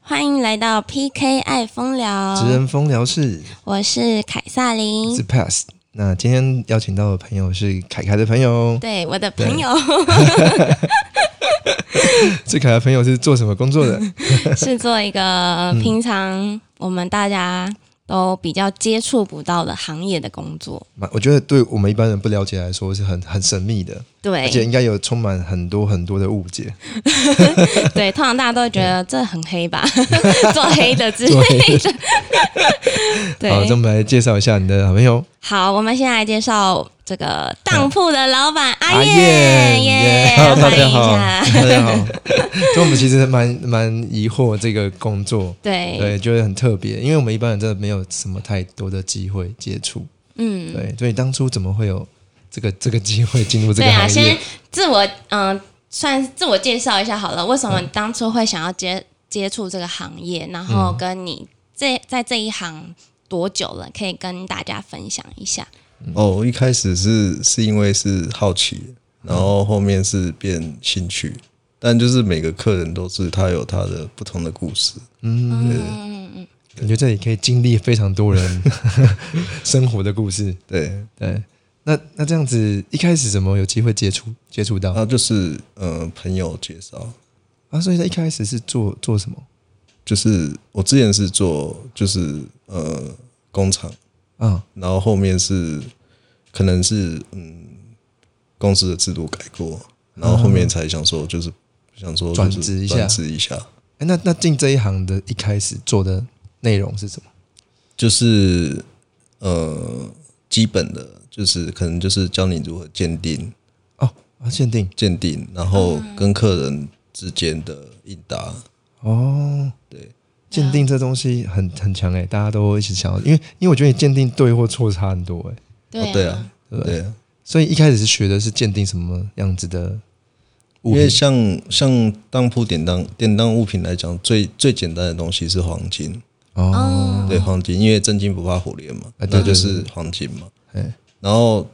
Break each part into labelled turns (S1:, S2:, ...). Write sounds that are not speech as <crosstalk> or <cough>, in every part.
S1: 欢迎来到 PK 爱风聊，
S2: 职人风聊室
S1: 我是凯撒琳
S2: 是，Pass。那今天邀请到的朋友是凯凯的朋友， <laughs>
S1: 对我的朋友
S2: 这凯凯的朋友是做什么工作的？ <laughs>
S1: <laughs> 是做一个
S2: 嗯
S1: 平常我们大家都比较接触不到的行业的工作，
S2: 蛮我觉得对我们一般人不了解来说是很很神秘的，而且
S1: 对
S2: 应该有充满很多很多的误解。
S1: <laughs> 对，通常大家都会觉得这很黑
S2: <laughs>
S1: 吧，做黑的之类的，
S2: 对，好，那我
S1: 对，
S2: 们来介绍一下你的好朋友
S1: 好，我们先来介绍这个当铺的老板阿
S2: 燕
S1: 燕，耶，
S2: Hello，大
S1: 欢迎
S2: 家
S1: 一
S2: 好，
S1: 下，
S2: <laughs> 大家好。就我们其实蛮蛮疑惑这个工作，
S1: 对，
S2: 对，觉得很特别，因为我们一般人真的没有什么太多的机会接触。
S1: 嗯。
S2: 对，所以当初怎么会有这个这个机会进入这
S1: 对
S2: 个
S1: 啊，
S2: 行业？
S1: 先自我嗯、算自我介绍一下好了。为什么当初会想要接接触这个行业？然后跟你这在这一行多久了？可以跟大家分享一下。
S3: 哦，我一开始是是因为是好奇，然后后面是变兴趣，但就是每个客人都是他有他的不同的故事，
S1: 嗯，
S2: 感觉这里可以经历非常多人 <laughs> 生活的故事。
S3: 对，
S2: 对，那那这样子一开始怎么有机会接触接触到
S3: 然后就是呃朋友介绍，
S2: 啊？所以他一开始是做做什么
S3: 就是我之前是做就是呃工厂，
S2: 啊？
S3: 然后后面是可能是嗯公司的制度改过，然后后面才想说就是想说就是
S2: 嗯转职一下
S3: 转职一下，
S2: 哎，那那进这一行的一开始做的内容是什么？
S3: 就是呃基本的，就是可能就是教你如何鉴定、
S2: 哦，啊，限定
S3: 鉴定，然后
S1: 嗯
S3: 跟客人之间的应答。
S2: 哦，
S3: 对。
S2: 鉴定这东西很很强哎、大家都一起想要，因为因为我觉得你鉴定对或错差很多哎、
S1: 对啊
S3: 哦，对啊，
S2: 对不对？
S3: 对啊，
S2: 所以一开始是学的是鉴定什么样子的物
S3: 因为
S2: 品
S3: 像像当铺典当典当物品来讲，最最简单的东西是黄金，
S2: 哦，
S3: 对黄金，因为真金不怕火炼嘛，
S2: 啊对
S3: 那就
S2: 对
S3: 是黄金嘛。
S2: 哎，
S3: 然后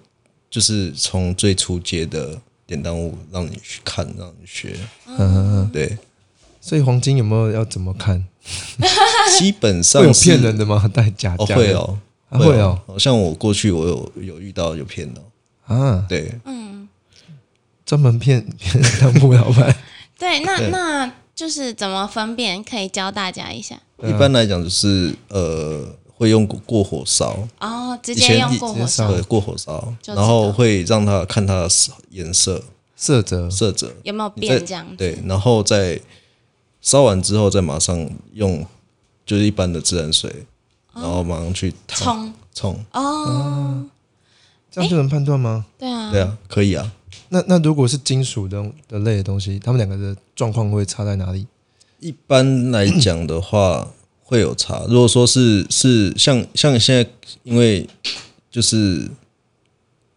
S3: 就是从最初阶的典当物让你去看，让你学，
S2: 嗯嗯嗯，
S3: 对，
S2: 所以黄金有没有要怎么看？
S3: 基本上
S2: 会有
S3: 是
S2: 骗人的吗？ <laughs> 带假
S3: 哦，
S2: 假
S3: 会
S2: 的
S3: 哦，
S2: 啊会哦，
S3: 好像我过去我有有遇到有骗的，
S2: 啊，
S3: 对，
S1: 嗯，
S2: 专门骗 <laughs> 骗当铺老板。
S1: 对，那
S3: 对
S1: 那就是怎么分辨？可以教大家一下。
S3: 一般来讲就是呃会用过过火烧，
S1: 哦，直
S3: 以
S1: 接
S3: 前
S1: 用
S3: 以
S1: 过火
S2: 直接
S1: 烧
S2: 上
S3: 对，过火烧，
S1: 就知道
S3: 然后会让他看他的颜色、
S2: 色泽
S3: 色泽，
S1: 有没有
S3: 你再
S1: 变这样子？
S3: 对，然后再烧完之后再马上用就是一般的自然水，然后马上去烫
S1: 冲
S3: 冲，
S1: 哦，
S2: 这样就能判断吗？
S1: 对啊，
S3: 对啊，可以啊，
S2: 那那如果是金属的的类的东西，他们两个的状况会差在哪里？
S3: 一般来讲的话会有差。如果说是是像像现在，因为就是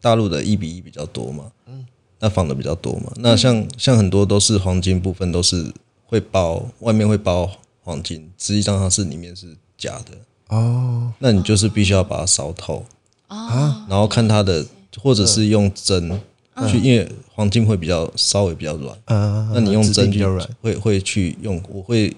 S3: 大陆的一比一比较多嘛，嗯，那仿的比较多嘛。那像像很多都是黄金部分都是会包外面会包黄金，实际上它是里面是假的。
S2: 哦，
S3: 那你就是必须要把它烧透，
S1: 哦，
S3: 然后看它的，或者是用针去，因为黄金会比较稍微比较软。
S2: 嗯，
S3: 那你用
S2: 质地
S3: 针
S2: 比
S3: 去
S2: 较软，嗯
S3: 会会去用，我会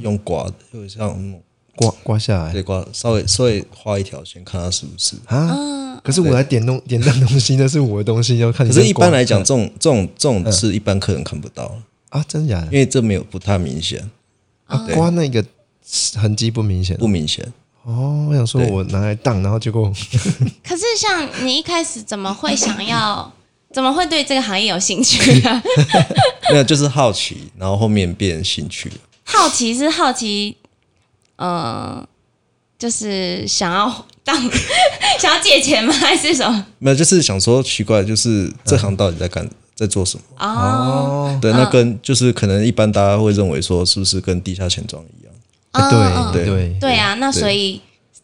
S3: 用刮的，就像那种
S2: 刮刮下来
S3: 对刮，稍微稍微画一条线，看它是不是。
S2: 啊。
S1: 嗯，
S2: 可是我来点弄点亮东 <laughs> 西，那是我的东西，要看你
S3: 可
S2: 这样刮。嗯
S3: 是，一般来讲，这种这种这种是一般客人看不到，
S2: 啊，真假
S3: 因
S2: 的
S3: 为这没有不太明显，
S2: 啊，刮那个痕迹不明显
S3: 不明显。
S2: 哦。我想说，
S3: 对
S2: 我拿来当，然后结果
S1: 可是像你一开始怎么会想要， <coughs> 怎么会对这个行业有兴趣啊？
S3: 没有，就是好奇，然后后面变兴趣了。
S1: 好奇是好奇，呃，就是想要当 <laughs> 想要借钱吗？还是什么？
S3: 没有，就是想说奇怪，就是这行到底在干在做什么？
S1: 哦，
S2: 嗯哦，
S3: 对，那跟就是可能一般大家会认为说，是不是跟地下钱庄一样？
S1: 嗯
S2: 哎对
S3: 嗯
S2: 对，
S1: 对啊，那所以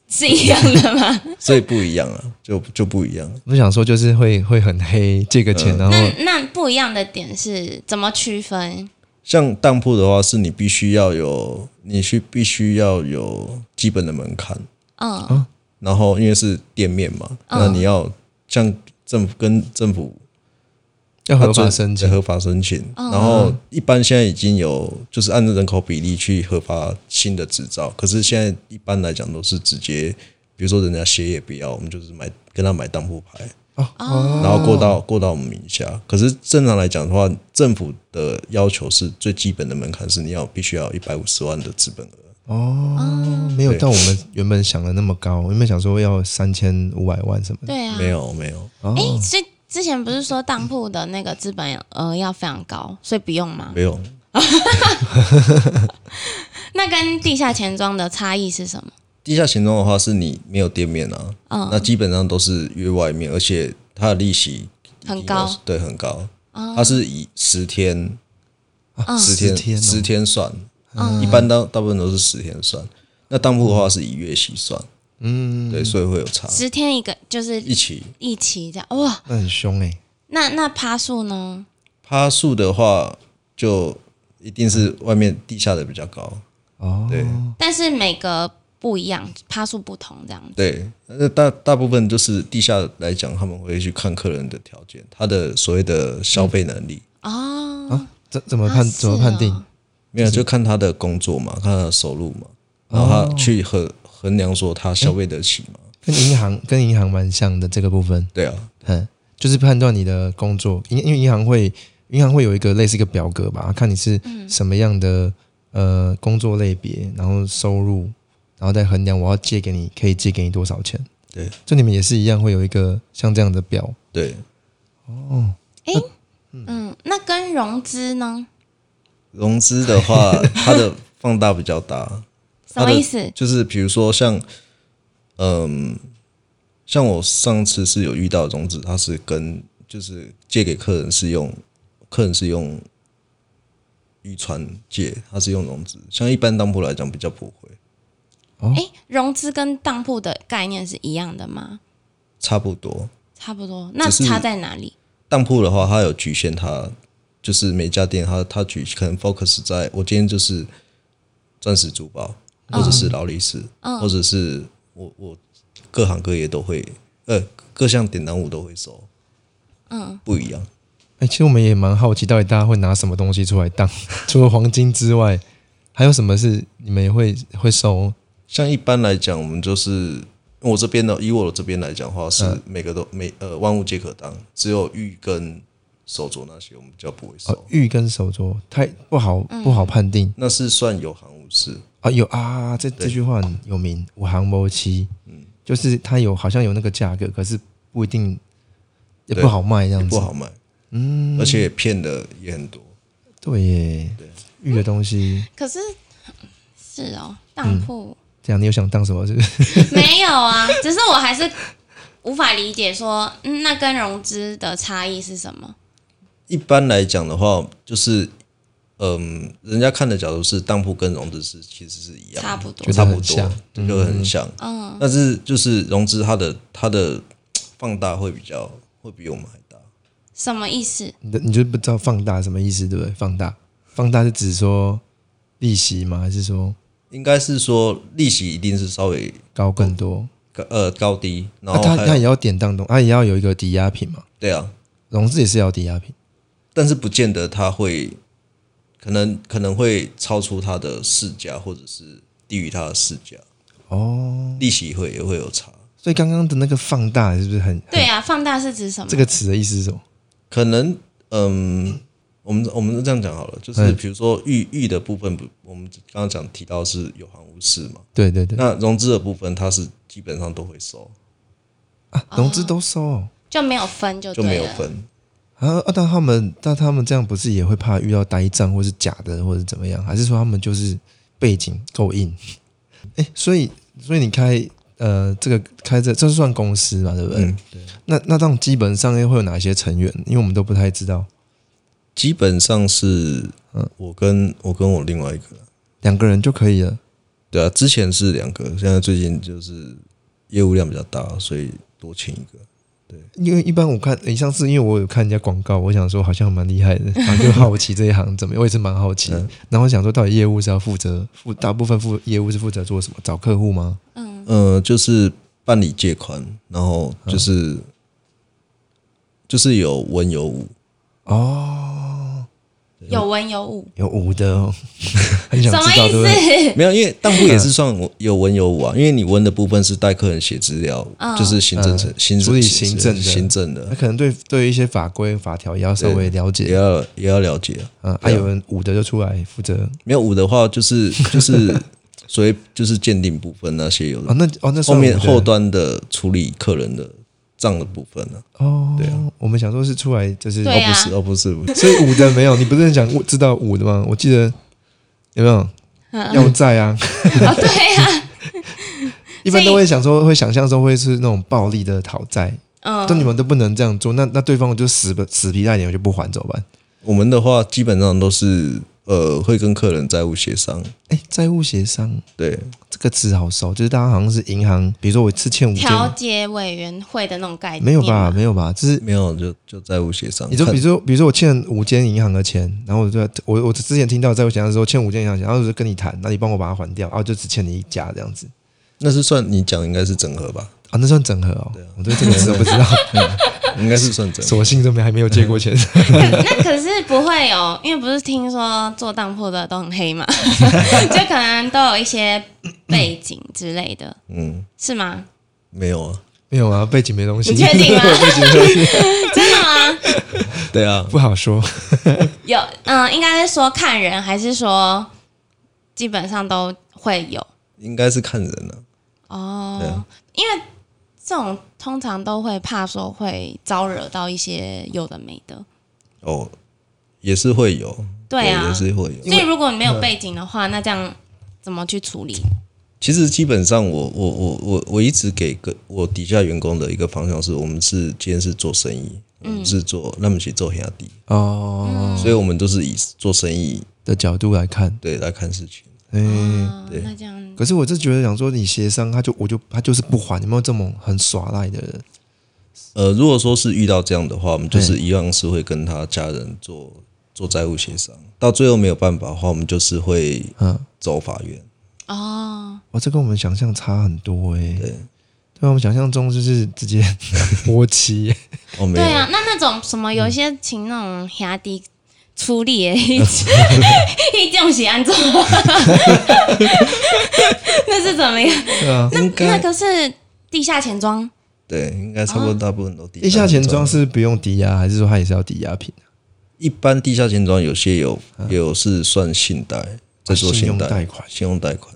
S1: 是一样的吗？
S3: 所以不一样啊，就就不一样。
S2: 我想说就是会会很黑，借个钱，然后
S1: 那那不一样的点是怎么区分？
S3: 像当铺的话，是你必须要有，你去必须要有基本的门槛，
S1: 嗯
S3: 然后因为是店面嘛，那你要像政府跟政府
S2: 要合
S3: 它
S2: 法
S3: 准
S2: 申
S3: 对
S2: 请，
S3: 合法申请。然后一般现在已经有就是按照人口比例去核发新的执照，可是现在一般来讲都是直接，比如说人家鞋也不要，我们就是买跟他买当铺牌，
S2: 哦
S3: 然后过到过到我们名下。可是正常来讲的话，政府的要求是最基本的门槛是你要必须要一百五十万的资本额。
S2: 哦，没有到我们原本想的那么高，原本想说要三千五百万什么的，
S1: 对啊，
S3: 没有没有
S1: 哎、所以之前不是说当铺的那个资本额要非常高，所以不用吗？
S3: 没有，
S1: 那跟地下钱庄的差异是什么？
S3: 地下钱庄的话是你没有店面啊，那基本上都是约外面，而且它的利息
S1: 很高，哦
S3: 对，很高。它是以十天、
S2: 啊
S1: 嗯
S3: 十
S2: 十
S3: 天、
S2: 天哦
S3: 十天算，一般大大部分都是十天算。那当铺的话是以月息算，嗯，对，所以会有差。
S1: 十天一个就是
S3: 一起
S1: 一期这样，哇，
S2: 那很凶哎，
S1: 那那趴数呢？
S3: 趴数的话，就一定是外面地下的比较高，
S2: 哦，
S3: 对
S1: 但是每个不一样，趴数不同这样子。
S3: 对。那大大部分就是地下来讲，他们会去看客人的条件，他的所谓的消费能力。
S1: 哦，
S2: 啊，怎怎么判
S1: 啊
S2: 怎么判定
S1: 是哦？
S3: 没有，就看他的工作嘛，看他的收入嘛，然后
S2: 哦
S3: 他去衡衡量说他消费得起嘛。
S2: 跟银行跟银行蛮像的这个部分，
S3: 对啊，
S2: 嗯，就是判断你的工作，因因为银行会银行会有一个类似一个表格吧，看你是
S1: 嗯
S2: 什么样的、呃工作类别，然后收入，然后再衡量我要借给你可以借给你多少钱。
S3: 对
S2: 就你们也是一样会有一个像这样的表，
S3: 对，
S1: 嗯，那跟融资呢？
S3: 融资的话，它的放大比较大，
S1: 什么意思？
S3: 就是比如说像，嗯，像我上次是有遇到融资，它是跟就是借给客人是用，客人是用渔船借，它是用融资。像一般当铺来讲比较不会，
S1: 哎、融资跟当铺的概念是一样的吗？
S3: 差不多。
S1: 差不多，那
S3: 只是
S1: 差在哪里？
S3: 当铺的话，它有局限它，就是每家店它它局可能 focus 在我今天就是钻石珠宝，或者是劳力士，或者是我我各行各业都会，呃，各项典当物都会收，嗯，不一样。
S2: 哎、其实我们也蛮好奇，到底大家会拿什么东西出来当？ <laughs> 除了黄金之外，还有什么是你们也会会收？
S3: 像一般来讲，我们就是我这边的，以我这边来讲的话，是每个都每呃万物皆可当，只有玉跟手镯那些我们比较不会收，
S2: 哦，玉跟手镯太不好
S3: 嗯
S2: 不好判定、
S3: 那是算有行无市。
S2: 啊。有啊，这这句话很有名，五行谋七，就是它有好像有那个价格，可是不一定也
S3: 对
S2: 不好卖这
S3: 也
S2: 样子。
S3: 不好卖，嗯，而且骗的也很多。
S2: 对耶，玉的东西，
S1: 可是是哦，当铺、
S2: 这样你有想当什么？是不
S1: <laughs>
S2: 是？
S1: 没有啊，只是我还是无法理解说，嗯，那跟融资的差异是什么？
S3: 一般来讲的话，就是嗯，人家看的角度是当铺跟融资是其实是一样的，
S1: 差不多
S3: 就差不
S2: 觉得很
S3: 多
S2: 像，
S3: 就很像。嗯，但是就是融资它的它的放大会比较会比我们还大。
S1: 什么意思？
S2: 你的你就不知道放大什么意思，对不对？放大，放大是指说利息吗？还是说
S3: 应该是说利息一定是稍微
S2: 高更多？
S3: 高呃高低，然
S2: 那、
S3: 后
S2: 他
S3: 还
S2: 他也
S3: 有
S2: 要典当中，他也要有一个抵押品嘛，
S3: 对啊，
S2: 融资也是要抵押品。
S3: 但是不见得它会可能可能会超出它的市价，或者是低于它的市价，
S2: 哦，
S3: 利息会也会有差。
S2: 所以刚刚的那个放大是不是很
S1: 对啊，放大是指什么？
S2: 这个词的意思是什么？
S3: 可能嗯，我们我们这样讲好了，就是
S2: 嗯
S3: 比如说玉玉的部分，不，我们刚刚讲提到是有行无市嘛，
S2: 对对对，
S3: 那融资的部分它是基本上都会收，
S2: 啊，融资都收哦、
S1: 就没有分就
S3: 就
S1: 对了，
S3: 没有分。
S2: 啊啊！但他们但他们这样不是也会怕遇到呆账或是假的或者怎么样？还是说他们就是背景够硬？ <laughs> 哎、所以所以你开呃这个开这这是算公司嘛，对不对？
S3: 嗯，
S2: 那那这样基本上会有哪些成员？因为我们都不太知道，
S3: 基本上是我跟我跟我另外一个，
S2: 两个人就可以了。
S3: 对啊，之前是两个，现在最近就是业务量比较大，所以多请一个。
S2: 因为一般我看，你上次因为我有看人家广告，我想说好像蛮厉害的，然后就好奇这一行怎么，我也是蛮好奇。然后我想说，到底业务是要负责负大部分负业务是负责做什么？找客户吗？
S3: 呃，就是办理借款，然后就是、就是有文有武，
S2: 哦，
S1: 有文有武，
S2: 有武的哦，很
S1: 什
S2: 想
S1: 么
S2: 知道，
S1: 意
S2: 对不对？
S1: 思？
S3: 没有，因为当铺也是算我有文有武啊，因为你文的部分是代客人写资料，就是行政程、行
S2: 嗯处
S3: 政
S2: 理
S3: 行
S2: 行政的
S3: 行政的
S2: 他，可能对对一些法规法条也要稍微了
S3: 也
S2: 解，
S3: 要也要了解啊。
S2: 嗯，还有人武的就出来负责
S3: 没有武的
S2: <laughs>
S3: 话，就是就是所谓就是鉴定部分那些有
S2: 哦，
S3: 的，
S2: 那哦那算
S3: 后面
S2: 武的
S3: 后端的处理客人的账的部分呢、
S2: 哦，对啊，我们想说是出来就是，
S1: 对啊
S3: 不是哦，不是不是，
S2: 所以武的没有，你不是很想知道武的吗？我记得有没有要在啊？
S1: <laughs> 哦，对呀，
S2: 一般都会想说，会想象中会是那种暴力的讨债，但你
S1: 嗯，
S2: 们都不能这样做，那那对方就死不死皮赖脸，我就不还怎么办？
S3: 我们的话基本上都是呃会跟客人债务协商，
S2: 哎，债务协商
S3: 对，
S2: 这个词好熟，就是大家好像是银行，比如说我是欠五千，
S1: 调解委员会的那种概念
S2: 没有吧？
S1: <laughs> 嘛？
S2: 没有吧？
S1: 嗯
S2: 就是
S3: 没有就就债务协商。
S2: 你就
S3: 看
S2: 比如说，比如说我欠五间银行的钱，然后我就我我之前听到债务协商的时候欠五间银行的钱，然后我就跟你谈，那你帮我把它还掉，啊，我就只欠你一家这样子。
S3: 那是算你讲应该是整合吧，
S2: 啊，那算整合哦。我对这个词都不
S1: <laughs>
S2: 知道，
S3: 应该
S2: <laughs>
S3: 是算整合。
S2: 索性都没还没有借过钱。
S1: 那可是不会有，因为不是听说做当铺的都很黑嘛，就可能都有一些背景之类的，
S3: 嗯，
S1: 是吗？
S3: 没有啊，
S2: 没有啊，背景没东西。
S1: 你确定啊吗
S2: <laughs> 背景没东
S1: <laughs>
S2: 西
S1: 真的吗？
S3: 对啊，
S2: 不好说。
S1: 有，嗯、应该是说看人，还是说基本上都会有
S3: 应该是看人啊。对
S1: 哦
S3: 啊？
S1: 因为这种通常都会怕说会招惹到一些有的没的，
S3: 哦，也是会有，
S1: 对啊
S3: 也是会有。
S1: 所以如果你没有背景的话，那这样怎么去处理？
S3: 其实基本上我，我我我我一直给个我底下员工的一个方向是，我们是今天是做生意，我
S1: 嗯
S3: 们是做那么去做黑压低，
S2: 哦，
S3: 所以我们都是以做生意
S2: 的角度来看，
S3: 对来看事情。
S2: 嗯。
S1: 哦那这样
S2: 可是我就觉得想说，你协商，他就我就他就是不还，有没有这种很耍赖的人？
S3: 呃，如果说是遇到这样的话，我们就是
S2: 嗯
S3: 一样是会跟他家人做做债务协商，到最后没有办法的话，我们就是会
S2: 嗯，
S3: 走法院。
S1: 哦，
S2: 哇，这跟我们想象差很多哎、
S3: 对，
S2: 对啊，我们想象中就是直 <laughs> 接泼漆，
S3: 哦，没
S1: 对
S3: 有，
S1: 啊，那那种什么有些请那种兄弟出力
S3: <laughs>
S1: 的，一种是安怎？那是怎么样？
S2: 对啊。
S3: 应
S1: 那
S3: 该
S1: 个是地下钱庄。
S3: 对，应该差不多大部分都地
S2: 地下钱庄
S3: 了
S2: 是不用抵押，还是说他也是要抵押品？
S3: 一般地下钱庄有些有有是算信贷，在做
S2: 啊信用
S3: 贷、
S2: 贷款
S3: 信用贷款，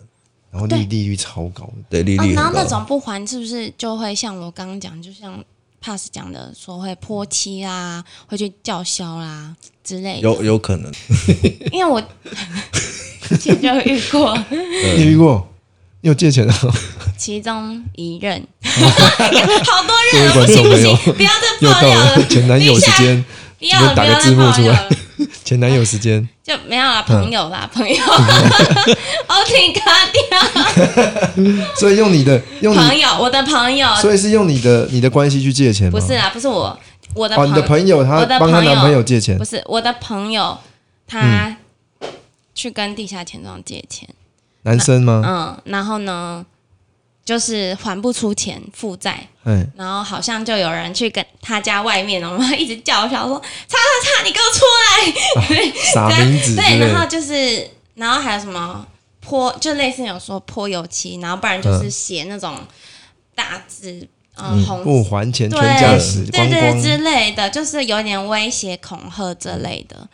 S2: 然后利利率超高的，
S3: 对利
S1: 哦，
S3: 率
S1: 然后
S3: 很
S1: 那
S3: 高。
S1: 种不还是不是就会像我刚刚讲，就像 Pass 讲的，说会泼漆啦，会去叫嚣啦之类的。
S3: 有有可能，
S1: 因
S3: <laughs>
S1: 为我之前就遇过
S2: 你有遇过？你有借钱啊？
S1: 其中一
S2: <laughs>
S1: 任，好多任了，
S2: 各
S1: 不
S2: 位观
S1: 行
S2: 众
S1: 不
S2: 朋友
S1: 行，不要再
S2: 又
S1: 爆
S2: 到
S1: 料了
S2: 了， <laughs> 前男友时间，
S1: 不要了，
S2: 你就打
S1: 不
S2: 个
S1: 要再
S2: 字幕
S1: 爆
S2: 出
S1: 料
S2: 来
S1: 了，
S2: 前男友时间，
S1: 就没有啦，朋友啦，朋友，
S2: 嗯
S1: <laughs> 哦我挺卡掉，
S2: 所以用你的用
S1: 朋
S2: 你，
S1: 友，我的朋友，
S2: 所以是用你的你的关系去借钱吗？
S1: 不是啦，不是我，我的
S2: 哦，你的朋友他
S1: 我的
S2: 帮他
S1: 朋友
S2: 男朋友借钱
S1: 不，是我的朋友，
S2: 嗯
S1: 他去跟地下钱庄借钱，
S2: 男生吗？
S1: 嗯，然后呢，就是还不出钱负债，
S2: 哎，
S1: 然后好像就有人去跟他家外面，然后一直叫嚣说：“叉叉叉，你给我出
S2: 傻
S1: 来！”
S2: 啊名字之
S1: 对，
S2: 类
S1: 然后
S2: 的，
S1: 就是，然后还有什么泼，就类似有说泼油漆，然后不然就是写那种大字，嗯，红
S2: 不哦还钱
S1: 对
S2: 全家死
S1: 对
S2: 光
S1: 对之
S2: 光。
S1: 类的，就是有点威胁、恐吓这类的。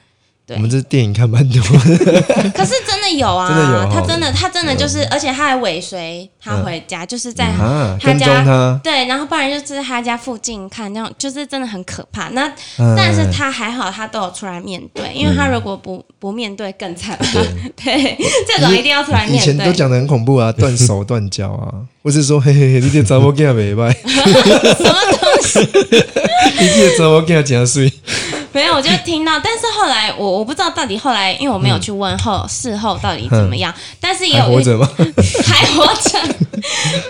S1: 对
S2: 我们这电影看蛮多的，
S1: 可是真的有啊，
S2: <laughs> 真的有哈嗯
S1: 他真的他真的就是，而且他还尾随他回家，就是在
S2: <laughs> 啊
S1: 他
S2: 跟踪
S1: 家。
S2: 他
S1: 对，然后不然就是他家附近看，那种就是真的很可怕。那、
S2: 嗯
S1: 但是他还好，他都有出来面对，因为他如果不不面对更惨。 <laughs> 对，这种一定要出来
S2: 以
S1: 面
S2: 前都
S1: 对。
S2: 讲的很恐怖啊，断手断脚啊， <laughs> 或是说嘿嘿嘿，你这查某囝
S1: <laughs>
S2: 袂歹，
S1: 什么东西？
S2: 你这查某囝真水，
S1: 没有，我就听到，但是后来我我不知道到底后来，因为我没有去问后事后到底怎么样，但是也
S2: 嗯还
S1: 有
S2: 活
S1: 遇
S2: 着 <laughs> 吗？
S1: 还活着，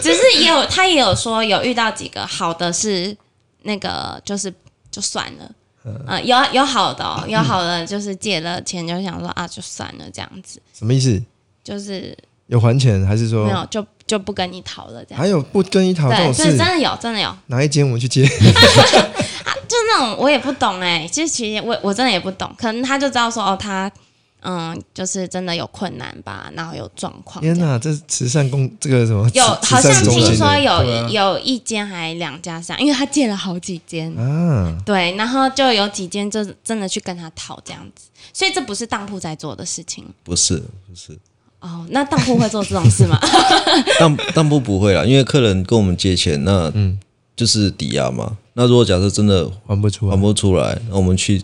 S1: 只是也有他也有说有遇到几个好的是那个就是就算了，
S2: 嗯
S1: 呃，有有好的、哦、有好的就是借了钱就想说啊就算了这样子，
S2: 什么意思？
S1: 就是
S2: 有还钱还是
S1: 没
S2: 说
S1: 有就就不跟你讨了这样。
S2: 还有不跟你讨这
S1: 对，
S2: 种
S1: 所以
S2: 事
S1: <laughs> 真？的有，真的有。
S2: 哪一间我们去接？
S1: 就那种我也不懂哎、其实其实我我真的也不懂，可能他就知道说哦，他嗯，就是真的有困难吧，然后有状况这
S2: 天
S1: 样。
S2: 哪，这慈善公这个什么
S1: 有
S2: 慈
S1: 好
S2: 慈
S1: 像
S2: 善中
S1: 听
S2: 心
S1: 说有、
S4: 对啊
S1: 有一间还两家上，因为他借了好几间，
S2: 啊，
S1: 对，然后就有几间就真的去跟他讨这样子，所以这不是当铺在做的事情
S3: 不是不是，
S1: 哦。那当铺会做这种事
S2: <laughs>
S1: 吗？
S3: 但 <laughs> 但不不会啦，因为客人跟我们借钱，那就是抵押嘛。那如果假设真的
S2: 还不出啊来
S3: 还，不出来，那我们去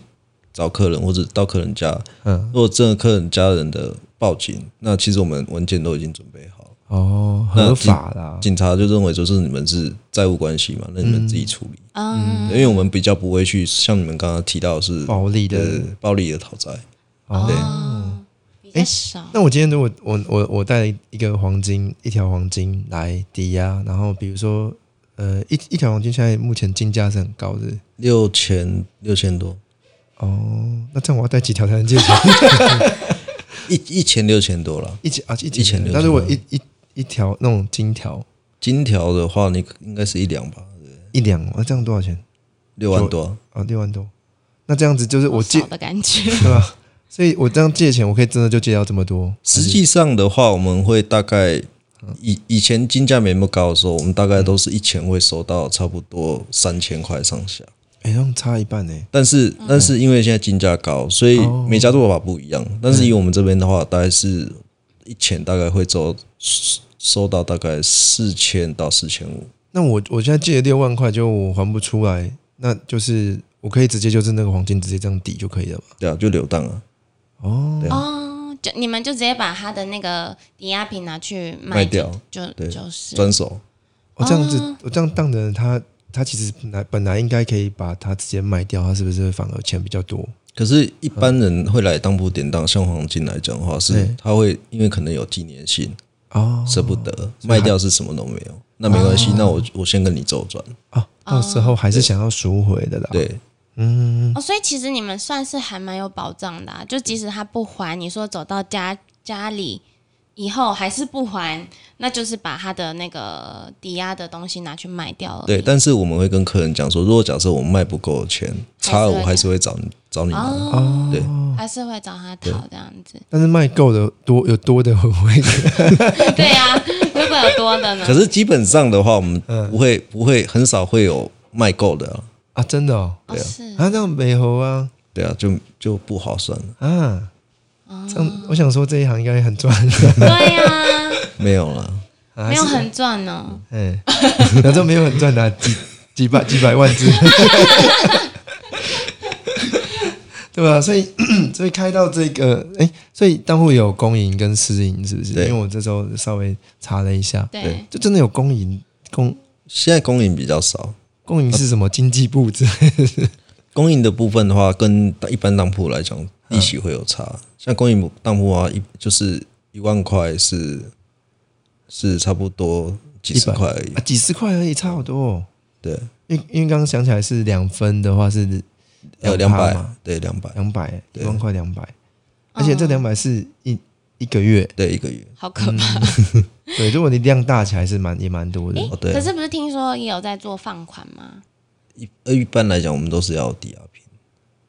S3: 找客人或者到客人家，
S2: 嗯，
S3: 如果真的客人家人的报警，那其实我们文件都已经准备好了，
S2: 哦，合法啦，
S3: 警察就认为就是你们是债务关系嘛，那你们自己处理。
S1: 嗯，
S3: 因为我们比较不会去像你们刚刚提到的是
S2: 暴力的
S3: 呃暴力的讨债，
S2: 嗯
S1: 哦，比较
S2: 诶
S1: 少。
S2: 那我今天如果我我我带了一个黄金一条黄金来抵押，然后比如说呃一一条黄金现在目前金价是很高的
S3: 六千六千多，
S2: 哦，那这样我要带几条才能借
S3: <laughs>
S2: 钱？
S3: 一一千六千多啦。
S2: 一千啊一
S3: 一千六
S2: 那如果一一一条那种金条
S3: 金条的话，你应该是一两吧，
S2: 一两，那、这样多少钱？
S3: 六万多啊、
S2: 啊六万多，那这样子就是我
S1: 好
S2: 借
S1: 少的感
S2: <laughs>
S1: 觉，
S2: 对吧？所以我这样借钱，我可以真的就借到这么多，
S3: 实际上的话，我们会大概以以前金价没那么高的时候，我们大概都是一钱会收到差不多三千块上下。
S2: 哎、那差一半呢、
S3: 但是但是因为现在金价高，所以每家做法不一样。但是以我们这边的话，大概是一钱大概会收收到大概四千到四千五。
S2: 那我我现在借了六万块，就我还不出来，那就是我可以直接就是那个黄金直接这样抵就可以了嘛？
S3: 对啊，就流荡啊，
S1: 哦，就你们就直接把他的那个抵押品拿去
S3: 卖
S1: 卖
S3: 掉，
S1: 就
S3: 对
S1: 就是
S3: 转手。
S2: 我这样子，
S1: 哦
S2: 我这样当的人，他他其实本来本来应该可以把它直接卖掉，他是不是反而钱比较多？
S3: 可是，一般人会来当铺典当，像黄金来讲的话，是
S2: 对
S3: 他会因为可能有纪念性，
S2: 哦
S3: 舍不得卖掉是什么都没有，那没关系，那我我先跟你周转。
S2: 啊，到时候还是想要赎回的啦。，
S3: 对，
S1: 哦，所以其实你们算是还蛮有保障的、啊，就即使他不还，你说走到家家里以后还是不还，那就是把他的那个抵押的东西拿去卖掉了。
S3: 对，但是我们会跟客人讲说，如果假设我们卖不够钱，差额我还是会找你找你拿。
S1: 哦，
S3: 对，
S1: 还是会找他讨这样子。
S2: 但是卖够的多有多的会不会？
S1: 对呀、啊， <laughs> 如果有多的呢？
S3: 可是基本上的话，我们
S2: 嗯
S3: 不会不会很少会有卖够的啊，
S2: <laughs> 啊，真的哦，
S1: 哦是
S2: 啊，这样美猴啊
S3: 对啊，就就不划算了，
S2: 啊，这样
S1: 哦
S2: 我想说这一行应该很赚，
S1: 对
S3: <laughs>
S1: 呀、
S3: 没有啦，
S1: 没有很赚哦呢、
S2: 哎， <laughs> 反正没有很赚的啊，几几百几百万
S3: <laughs>
S2: 只，对吧？所以 <clears throat> 所以开到这个，哎，所以当户有公营跟私营，是不是？因
S3: 对
S2: 为我这时候稍微查了一下，
S1: 对，
S2: 就真的有公营公
S3: 现在供应比较少，
S2: 公营是什么经济部之类的
S3: 供应的部分的话，跟一般当铺来讲，利息会有差。像供应当铺啊，一就是一万块是是差不多几十
S2: 100
S3: 块而已
S2: 啊，。几十块而已，差好多、哦。
S3: 对，
S2: 因为因为刚刚想起来是两分的话是
S3: 有呃两
S2: 200
S3: 百
S2: 嘛，
S3: 对，两百，
S2: 两百，一万块两百，而且这两百是一一个月，
S3: 对，一个月。
S1: 好可怕。
S2: 对，如果你量大起来是蛮也蛮多的。
S3: 哦，对
S1: 可，是不是听说也有在做放款吗？
S3: 一呃一般来讲，我们都是要抵押品。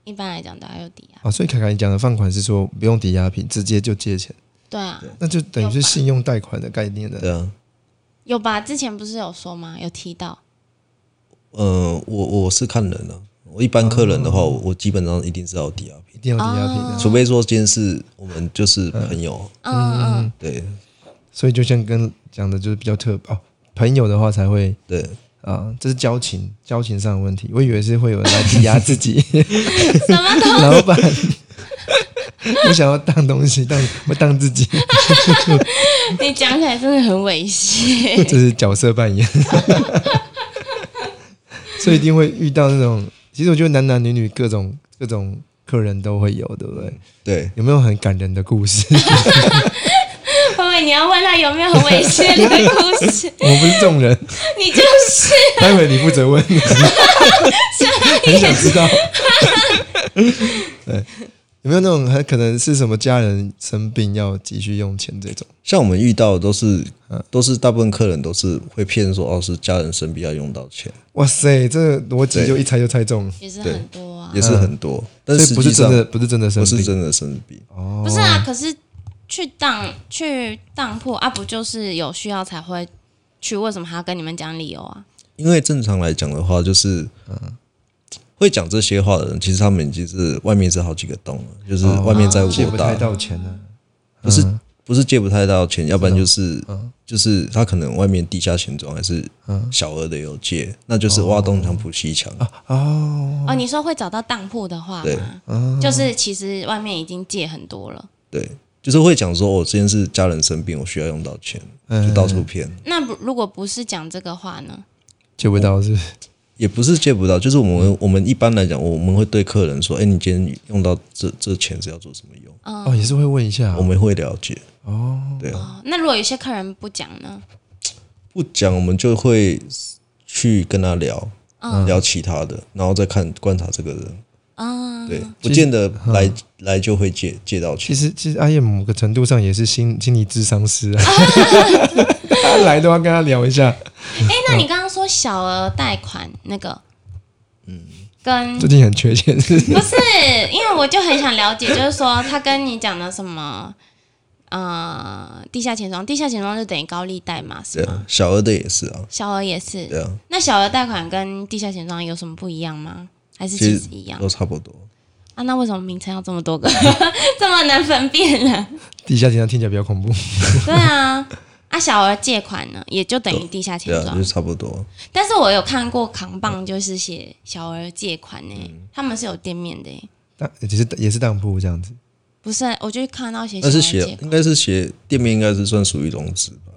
S1: 一般来讲都要有抵押。
S2: 啊，所以凯凯你讲的放款是说不用抵押品，直接就借钱，
S1: 对啊，
S2: 那就等于是信用贷款的概念了。
S3: 对啊，
S1: 有吧？之前不是有说吗？有提到。
S3: 呃，我我是看人啊，我一般客人的话，我我基本上一定是要抵押
S2: 一
S3: 品，
S2: 定要抵押品啊的，
S3: 除非说今天是我们就是朋友，
S1: 嗯嗯，
S3: 对
S2: 所以就像跟讲的，就是比较特哦，朋友的话才会
S3: 对，
S2: 啊，这是交情，交情上的问题。我以为是会有人来抵押自己， <laughs>
S1: 什么都
S2: 老板，我想要当东西，当我当自己，
S1: <laughs> 你讲起来真的很猥亵。
S2: 这是角色扮演， <laughs> 所以一定会遇到那种。其实我觉得男男女女各种各种客人都会有，对不对？
S3: 对，
S2: 有没有很感人的故事？，
S1: <laughs> 慧慧，你要问他有没有很猥亵的故事
S2: 我不是众人，
S1: 你就是
S2: 待会你负责问，很想知道。对，有没有那种还可能是什么家人生病要急需用钱这种？
S3: 像我们遇到的都是，
S2: 嗯
S3: 都是大部分客人都是会骗说哦是家人生病要用到钱，
S2: 哇塞，这个逻辑
S3: 对
S2: 就一猜就猜中了，
S1: <laughs> 也是很多啊
S3: 也。是很多，但
S2: 嗯所
S3: 是
S2: 以
S3: 实
S2: 不
S3: 际
S2: 是真
S3: 上
S2: 的，不是真的生
S3: 不是
S2: 病
S3: 真的生病，
S2: 哦，
S1: 不是啊，可是去当去当铺啊，不就是有需要才会去？为什么还要跟你们讲理由啊？
S3: 因为正常来讲的话，就是嗯，会讲这些话的人，其实他们已经是外面是好几个洞了，就是外面债务
S2: 哦借
S3: 过
S2: 不
S3: 大，
S2: 太啊到嗯钱呢、
S3: 不是不是借不太到钱，要不然就是
S2: 嗯
S3: 就是他可能外面地下钱庄还是小额的有借，那就是挖东墙补西墙，
S2: 哦，
S1: 哦，你说会找到当铺的话
S3: 对
S1: 吗？就是其实外面已经借很多了。
S3: 对，就是会讲说我之前是家人生病，我需要用到钱，
S2: 嗯
S3: 就到处骗，
S1: 那不如果不是讲这个话呢？
S2: 借不到是不是？
S3: 也不是借不到，就是我们
S1: 嗯
S3: 我们一般来讲，我们会对客人说，哎，你今天用到这这钱是要做什么用，
S2: 哦，也是会问一下
S3: 我，们会了解。啊
S1: 哦，那如果有些客人不讲呢？
S3: 不讲，我们就会去跟他聊，
S1: 嗯
S3: 聊其他的，然后再看观察这个人。
S1: 啊、
S3: 对，不见得来、
S1: 嗯
S3: 来就会借借到
S2: 其
S3: 钱。
S2: 实其实阿燕某个程度上也是心心理智商师啊， <laughs> 他来都要跟他聊一下。
S1: 哎、那你刚刚说小额贷款那个，嗯，跟
S2: 最近很缺钱， <laughs> 是不是
S1: <laughs> 不是，因为我就很想了解，就是说他跟你讲的什么，呃，地下钱庄，地下钱庄就等于高利贷嘛，是
S3: 对
S1: 吗？
S3: 啊，小额的也是啊，
S1: 小额也
S3: 对
S1: 是。
S3: 啊，
S1: 那小额贷款跟地下钱庄有什么不一样吗？还是
S3: 其
S1: 其
S3: 实
S1: 实一样
S3: 都差不多。
S1: 啊？那为什么名称要这么多个， <laughs> 这么难分辨呢、
S3: <laughs>
S2: 地下钱庄听起来比较恐怖。
S1: 对啊，啊，小额借款呢，也就等于地下钱
S3: 对啊，
S1: 庄
S3: 就。是差不多。
S1: 但是我有看过扛棒，就是写小额借款呢、
S3: 嗯
S1: 他们是有店面的、欸，
S2: 但只是也是当铺这样子，
S1: 不是、我就看到写小
S3: 但
S1: 额
S3: 是
S1: 借
S3: 写
S1: 款，
S3: 应该是写店面，应该是算属于融资吧。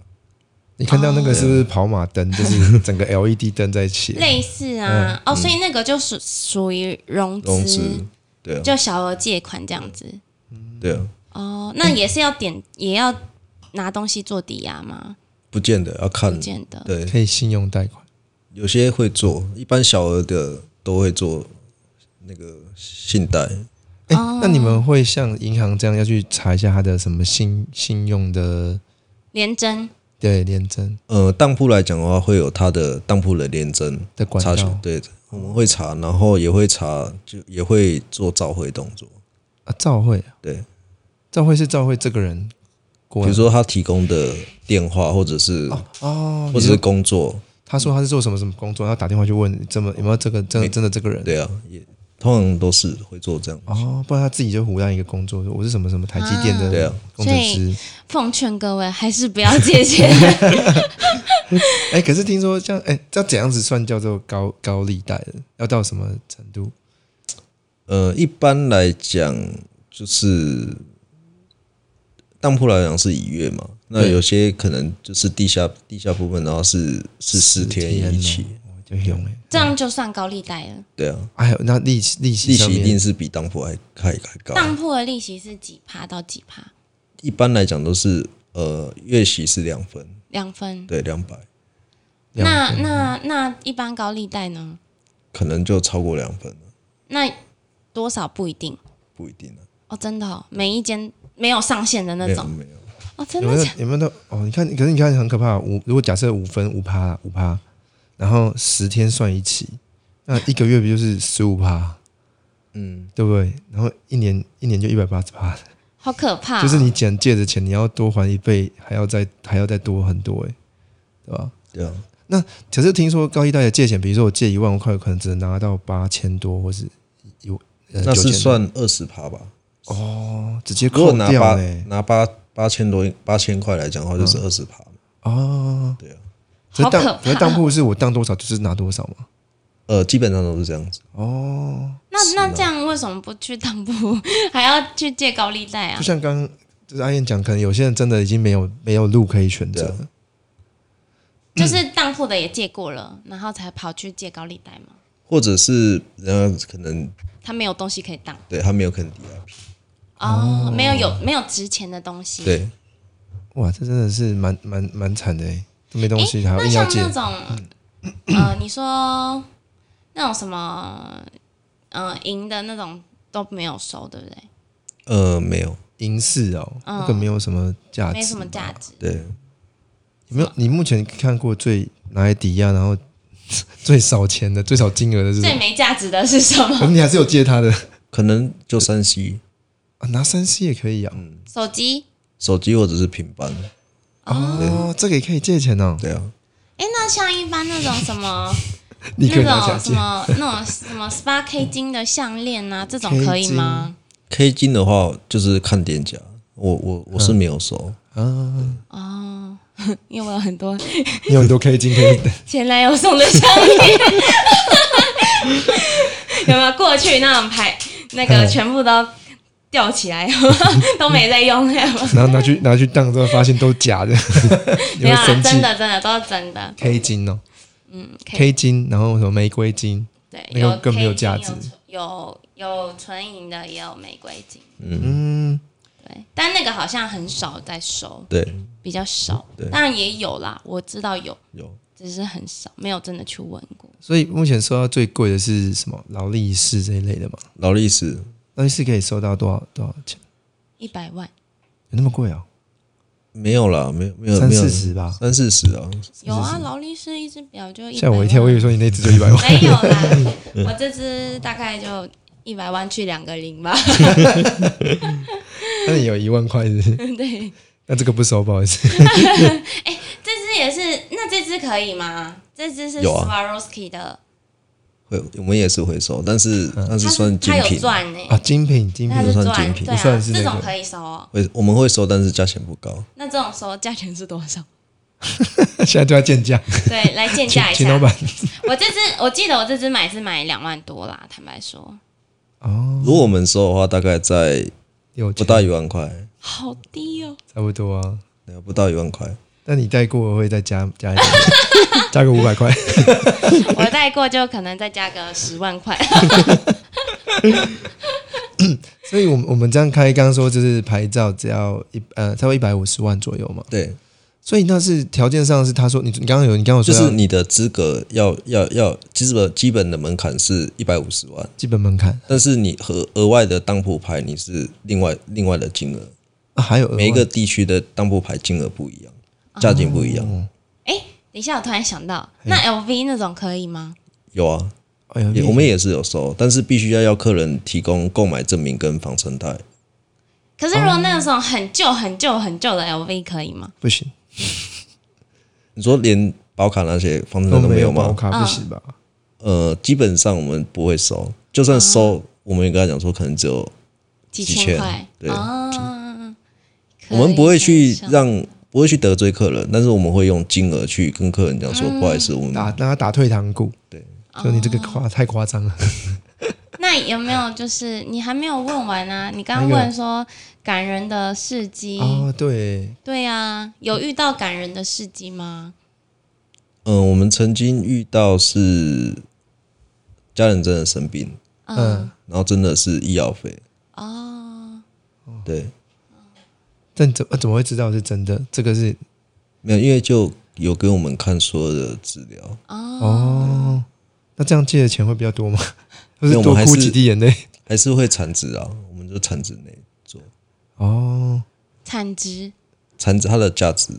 S2: 你看到那个是
S3: 哦
S2: 不是跑马灯？
S3: <laughs>
S2: 就是整个 LED 灯在起，
S1: 类似
S2: 嗯
S1: 啊，哦，所以那个就属属于融
S3: 融资
S1: 资，，
S3: 对啊，
S1: 就小额借款这样子。
S3: 对啊，
S2: 嗯
S1: 哦，那也是要点，也要拿东西做抵押吗？
S3: 不见得要
S1: 不
S3: 看。
S1: 见得。
S3: 对，
S2: 可以信用贷款。
S3: 有些会做，一般小额的都会做那个信贷。哦
S2: 哎、那你们会像银行这样要去查一下他的什么信信用的
S1: 连征
S2: 对廉征
S3: 呃，当铺来讲的话，会有它的当铺的廉征
S2: 的管
S3: 查询
S2: 道，
S3: 对，我们会查，然后也会查，就也会做召回动作。
S2: 啊？赵慧
S3: 对，
S2: 赵慧是赵慧这个人，比
S3: 比如说他提供的电话，或者是
S2: 哦，
S3: 或者是工作，
S2: 他说他是做什么什么工作，然后打电话去问怎么有没有这个真的真的这个人
S3: 对啊，也通常都是会做这样。
S2: 哦，不然他自己就胡乱一个工作，说我是什么什么台积电
S3: 对
S2: 的
S3: 啊
S2: 工程师。
S1: 奉劝各位还是不要借钱，
S2: <laughs> 哎、可是听说像哎，要怎样子算叫做高高利贷的？要到什么程度？
S3: 呃，一般来讲就是当铺来讲是一月嘛，那
S2: 对
S3: 有些可能就是地下地下部分，然后是是四天一起，
S2: 哦，就用哎。
S1: 这样就算高利贷了。
S3: 对啊，
S2: 哎呦，那利息利息
S3: 利
S2: 上
S3: 息一
S2: 面
S3: 定是比当铺还还还高。
S1: 当铺的利息是几趴到几趴？
S3: 一般来讲都是呃月息是两分，
S1: 两分。
S3: 对，两百
S2: 两
S1: 那那那一般高利贷呢？
S3: 可能就超过两分了，
S1: 那多少不一定
S3: 不一定了。啊
S1: 哦，真的哦，每一间没有上限的
S3: 没
S1: 那
S3: 有
S1: 种
S3: 没有，
S1: 哦，真
S2: 有
S1: 的
S2: 没有
S1: 假？
S2: 有没有到哦？你看，可是你看很可怕。五如果假设五分五趴五趴，然后十天算一期，那一个月不就是十五趴，
S3: 嗯，
S2: 对不对？然后一年一年就一百八十趴，
S1: 好可怕哦！
S2: 就是你捡借的钱，你要多还一倍，还要再还要再多很多哎、对吧？
S3: 对啊，
S2: 可是听说高利贷的借钱，比如说我借一万块，可能只能拿到八千多，或是有呃
S3: 那是
S2: 9000
S3: 算二十趴吧？
S2: 哦，直接
S3: 如
S2: 扣
S3: 果拿
S2: 掉
S3: 八
S2: 哎、
S3: 拿八八千多八千块来讲的话，就是二十趴嘛。
S2: 哦，
S3: 对啊，
S2: 可是当
S1: 好可怕
S2: 可是当铺是我当多少就是拿多少嘛。
S3: 呃，基本上都是这样子，
S2: 哦，
S1: 那那这样为什么不去当铺， <laughs> 还要去借高利贷啊
S2: 就？像嗯刚刚就是阿燕讲，可能有些人真的已经没有没有路可以选择
S3: 对啊
S2: 了。
S1: 就是当铺的也借过了，然后才跑去借高利贷嘛。
S3: 或者是人家可能
S1: 他没有东西可以当
S3: 对他没有啊肯抵押品，
S1: 哦，没有有没有值钱的东西。，
S3: 对，
S2: 哇，这真的是蛮蛮蛮惨的哎，都没东西还要
S1: 那
S2: 硬要
S1: 像
S2: 借
S1: 那，
S2: 嗯
S1: 种呃，你说那种什么呃银的那种都没有收，对不对？
S3: 呃，没有，
S2: 银饰哦，
S1: 嗯
S2: 那个没有什么价值，
S1: 没什么价。值。
S3: 对，
S2: 有没有？你目前看过最拿来抵押，然后 <laughs> 最少钱的、最少金额的是什
S1: 最
S2: 么？
S1: 没价值的是什
S2: 可
S1: 么？
S2: 能你还是有借他的，
S3: 可能就三 C
S2: 啊、拿三 C 也可以啊。
S3: 嗯
S1: 手机。
S3: 手机或者是平板，
S2: 哦，这个也可以借钱哦，
S3: 对啊，
S1: 哎，那像一般那种什么
S2: 立刻拿
S1: 那
S2: 起来
S1: 种
S2: 借
S1: 什。么那种什
S2: <laughs>
S1: 么 SPA K 金的项链啊，这种
S2: K
S1: 可以吗？
S3: K 金的话就是看店家，我我
S2: 嗯
S3: 我是没有收，
S2: 啊，
S1: 哦，因为我有很多
S2: 你有很多 K 金可以 <laughs> 等。
S1: 前男友送的项链， <laughs> 有没有过去那种牌那个
S2: 嗯
S1: 全部都吊起
S2: <laughs>
S1: 来，都没在用，有没有
S2: 然后拿去拿去当之后，发现都假
S1: <laughs>
S2: 的，你
S1: 没
S2: 会
S1: 有啦
S2: 生，气
S1: 真。的真的都是真的。
S2: K 金哦
S1: 嗯可以
S2: ，K 金，然后什么玫瑰金，
S1: 对，
S2: 那个
S1: 有
S2: 更没有
S1: K 金
S2: 价值
S1: 有有有纯银的，也有玫瑰金，
S2: 嗯，
S1: 对，但那个好像很少在收，
S3: 对，
S1: 比较少
S3: 对，
S1: 当然也有啦，我知道有，
S3: 有
S1: 只是很少，没有真的去问过。
S2: 所以目前收到最贵的是什么劳力士这一类的嘛？
S3: 劳力士
S2: 劳力士可以收到多少多少钱？
S1: 一百万
S2: 有那么贵哦？
S3: 没有啦，没有没有
S2: 三
S3: 没有
S2: 四十吧？
S3: 三四十啊，
S1: 有啊，劳力士一只表就一
S2: 吓我一跳，我以为说你那只就一
S1: <laughs>
S2: 百万。
S1: 没有啦，我这只大概就一百万去两个零吧。 <laughs>
S2: 那你有一万块是不是？
S1: <laughs> 对，嗯
S2: 那这个不收，不好意思。
S1: 这只也是，那这只可以吗？这只是
S3: 有啊
S1: Swarovski 的，
S3: 会我们也是回收，但是
S2: 嗯
S3: 但是
S1: 它
S3: 算精
S1: 它有
S3: 品，
S1: 钻呢、欸
S2: 啊，精品，精
S1: 它
S2: 品
S1: 是
S3: 算
S1: 钻，
S3: 精品
S1: 对
S2: 不算
S1: 啊，
S2: 是那
S1: 这
S2: 个
S1: 种可以收哦。
S3: 会我们会收，但是价钱不高。
S1: 那这种收价钱是多
S2: <laughs>
S1: 少？
S2: <laughs> 现在就要见价，
S1: 对，来见
S2: 请
S1: 价一
S2: 请
S1: 下
S2: 老。板。
S1: 我这只，我记得我这只买是买两万多啦，坦白说，
S2: 哦，
S3: 如果我们收的话，大概在
S2: 有
S3: 不
S2: 钱
S3: 到一万块，
S1: 好低哦。
S2: 差不多啊。
S3: 对不到一万块，
S2: 但你带过会再加加一点， <laughs> 加个五百块。
S1: 我带过就可能再加个十万块。
S2: 所以，我们我们这样开，刚刚说就是牌照只要一呃，差不多一百五十万左右嘛。
S3: 对，
S2: 所以那是条件上是他说你你刚刚有你刚刚有
S3: 就
S2: 说
S3: 是
S2: 要
S3: 你的资格要要要基本基本的门槛是一百五十万，
S2: 基本门槛
S3: 但是你和额外的当铺牌你是另外另外的金额，
S2: 啊，还有额外
S3: 每一个地区的当铺牌金额不一样，价钱不一样。
S1: 哎、等一下，我突然想到，那 LV 那种可以吗？
S3: 有啊，
S2: 哎呦
S3: 也我们也是有收，但是必须要要客人提供购买证明跟防尘袋，
S1: 可是如果那种很旧、很旧、很旧的 LV 可以吗？
S2: 不行，
S3: 你说连保卡那些防尘
S2: 都
S3: 袋都没
S2: 有
S3: 有吗？
S2: 保卡不行吧？
S3: 呃，基本上我们不会收，就算收，我们也跟他讲说，可能只有
S1: 几
S3: 几
S1: 千
S3: 千
S1: 块
S3: 对嗯
S1: 啊？可
S3: 我
S1: 以
S3: 们不会去
S1: 想象
S3: 让，不会去得罪客人，但是我们会用金额去跟客人讲说，
S1: 嗯
S3: 不好意思，我
S2: 打
S3: 们
S2: 让他打退堂鼓。
S3: 对，
S2: 就你这个夸太夸张了。
S1: 那有没有就是你还没有问完啊？你刚刚
S2: 那个
S1: 问说感人的事迹，
S2: 哦，对，
S1: 对啊，有遇到感人的事迹吗？
S3: 嗯、我们曾经遇到是家人真的生病，
S1: 嗯，
S3: 然后真的是医药费，
S1: 哦，
S3: 对，
S2: 但怎么怎么会知道是真的？这个是
S3: 没有，因为就有给我们看所有的资料，
S2: 哦，那这样借的钱会比较多
S3: <laughs>
S2: 吗？不
S3: 没
S2: 是
S3: 有我
S2: 多
S3: 们还
S2: 哭
S3: 是
S2: 几滴眼泪
S3: 还是会产值啊，我们就产值内做，
S2: 哦，
S1: 产值
S3: 产值它的价值，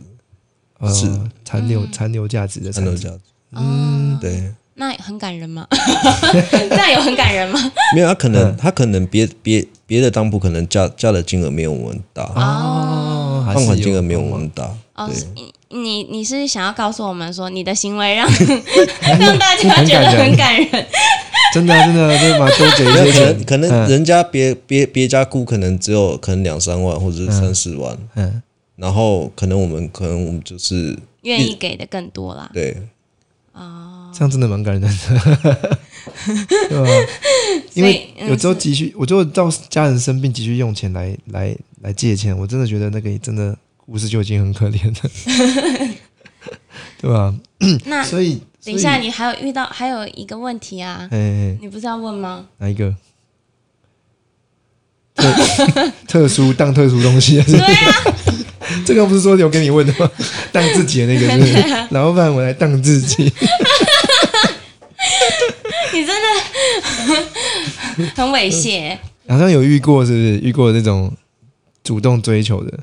S2: 呃
S3: 是
S2: 残留残留价值的
S3: 它的
S2: 产值
S3: 价
S1: 哦
S3: 值，嗯，对。
S1: 那很感人
S3: <laughs>
S1: 吗？这样有很感人吗？
S3: 没有，他可
S2: 嗯
S3: 能、他可能别别别的当铺可能加加的金额没有我们大，
S2: 哦，还
S3: 放款
S2: 是
S3: 金额
S2: 有
S3: 没有我们大，
S1: 哦，
S3: 对
S1: 是你你你是想要告诉我们说，你的行
S3: <laughs>
S1: 为让让大家觉得很
S2: 很
S1: 感人，
S2: 真的啊真的啊，就是把多给
S3: 没
S2: 一些
S3: 有
S2: 钱，
S3: 可能可能
S2: 嗯
S3: 人家别别别家顾可能只有可能两三万或者是三四万，
S2: 嗯，
S3: 然后可能我们可能我们就是
S1: 愿
S2: 嗯
S1: 意给的更多啦。
S3: 对
S2: 这样真的蛮感人的，对吧、
S1: 所
S2: 因为
S1: 以嗯
S2: 有时候急需，我就到家人生病急需用钱来来来借钱，我真的觉得那个真的故事就已经很可怜了，对吧、
S1: 那
S2: 嗯所以，
S1: 等一下，
S2: 所以，
S1: 你还有遇到还有一个问题啊，
S2: 哎、哎
S1: 你不是要问吗？ <laughs>
S2: 哪一个？特 <laughs> 特殊当特殊东西，
S1: 对啊，
S2: <laughs> 这个不是说有给你问的吗？当自己的那个
S1: 啊
S2: 是不是？老板，我来当自己。
S1: 你真的 <laughs> 很猥亵。
S2: 好像有遇过，是不是？遇过这种主动追求的，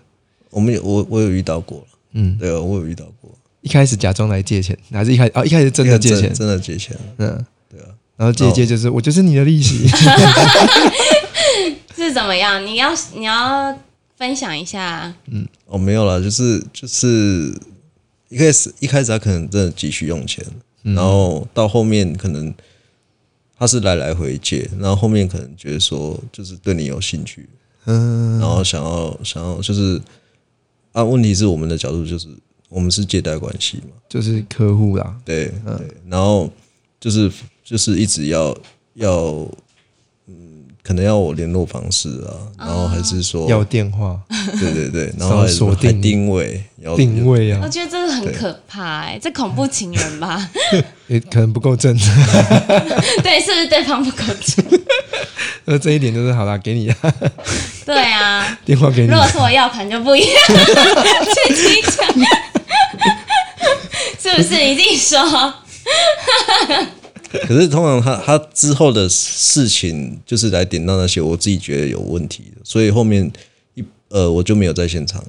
S3: 我们有我我有遇到过，
S2: 嗯，
S3: 对，我有遇到过，
S2: 一开始假装来借钱，还是一开哦，一开始真的借钱，
S3: 真的借钱，
S2: 嗯，
S3: 对啊，哦
S2: 然后借一借就是我就是你的利息，
S1: 是怎么样？你要你要分享一下，
S2: 嗯
S3: 哦，没有啦，就是就是一开始一开始他可能真的急需用钱，
S2: 嗯
S3: 然后到后面可能他是来来回借，然后后面可能觉得说就是对你有兴趣，
S2: 嗯
S3: 然后想要想要就是啊，问题是我们的角度就是我们是借贷关系嘛，
S2: 就是客户啦，
S3: 对对，然后就是就是一直要要嗯，可能要我联络方式啊，然后还是说
S2: 要电话
S3: 对对对，
S2: 少
S3: 然后还是
S2: 锁
S3: 还
S2: 定
S3: 定位，要
S2: 定位
S1: 我
S3: 哦
S2: 啊，
S1: 觉得这个很可怕、欸，这恐怖情人吧？
S2: 也可能不够正， <laughs> 嗯
S1: <laughs> 对，是不是对方不够准？
S2: 那这一点就是好啦，给你啊 <laughs>
S1: 对啊，
S2: 电话给你
S1: 如，果是我要，可能就不
S2: <laughs>
S1: 一样，去机场，是不是？你自己说，
S3: 可是通常他他之后的事情就是来点到那些我自己觉得有问题的，所以后面一呃我就没有在现场了，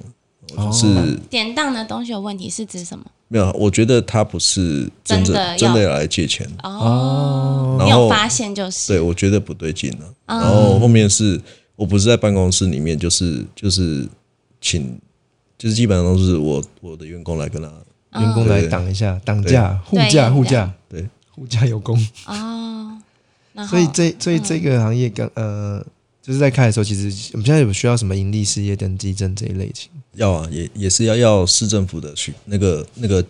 S3: 我就是、
S1: 典当的东西有问题是指什么？
S3: 没有，我觉得他不是真
S1: 真的
S3: 正
S1: 要
S3: 真的要来借钱，
S1: 哦，
S3: 然
S1: 你有
S3: 后
S1: 发现嗯就是
S3: 对我觉得不对劲了、然后后面是我不是在办公室里面，就是就是请就是基本上都是我我的员工来跟他
S2: 员工来挡一下，挡架护
S1: 对
S2: 驾
S1: 对
S2: 护驾，
S3: 对
S2: 护驾有功。
S1: 哦，然后
S2: 所以这所以这个行业刚呃，就是在开的时候，其实我们现在有需要什么盈利事业登记证这一类型，
S3: 要啊，也也是要要市政府的去那个那个